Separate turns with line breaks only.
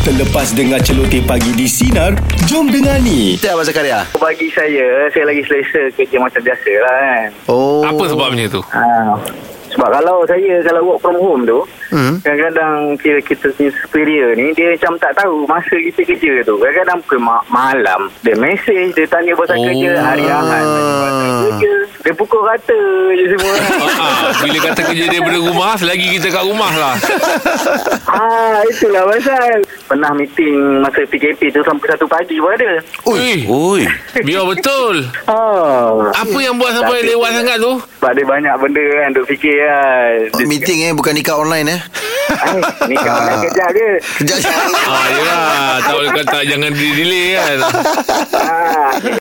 Terlepas dengar celoteh pagi di Sinar, jom dengar ni.
Betul Abang Zakaria?
Bagi saya, saya lagi selesa kerja macam biasa lah kan.
Oh.
Apa sebabnya tu?
Ha. Sebab kalau saya, kalau work from home tu,
Hmm.
kadang-kadang kira kita punya superior ni, dia macam tak tahu masa kita kerja tu. Kadang-kadang pukul ma- malam, dia mesej, dia tanya pasal
Oh.
oh. kerja hari Ahad. tanya pasal kerja. Dia pukul rata je semua. kan.
Ah, bila kata kerja daripada rumah Selagi kita kat rumah lah
ah, itulah pasal. Pernah meeting masa PKP tu sampai satu pagi pun ada.
Ui.
Ui.
Ui.
Biar betul
Ah.
Apa yang buat sampai lewat sangat tu?
Sebab dia banyak benda kan duk fikir kan. Dia-
Meeting eh bukan nikah online eh.
Ay, ni kawan
Ah.
kerja je.
Kejap.
Ah, yelah Tak boleh kata jangan di delay kan
Ah.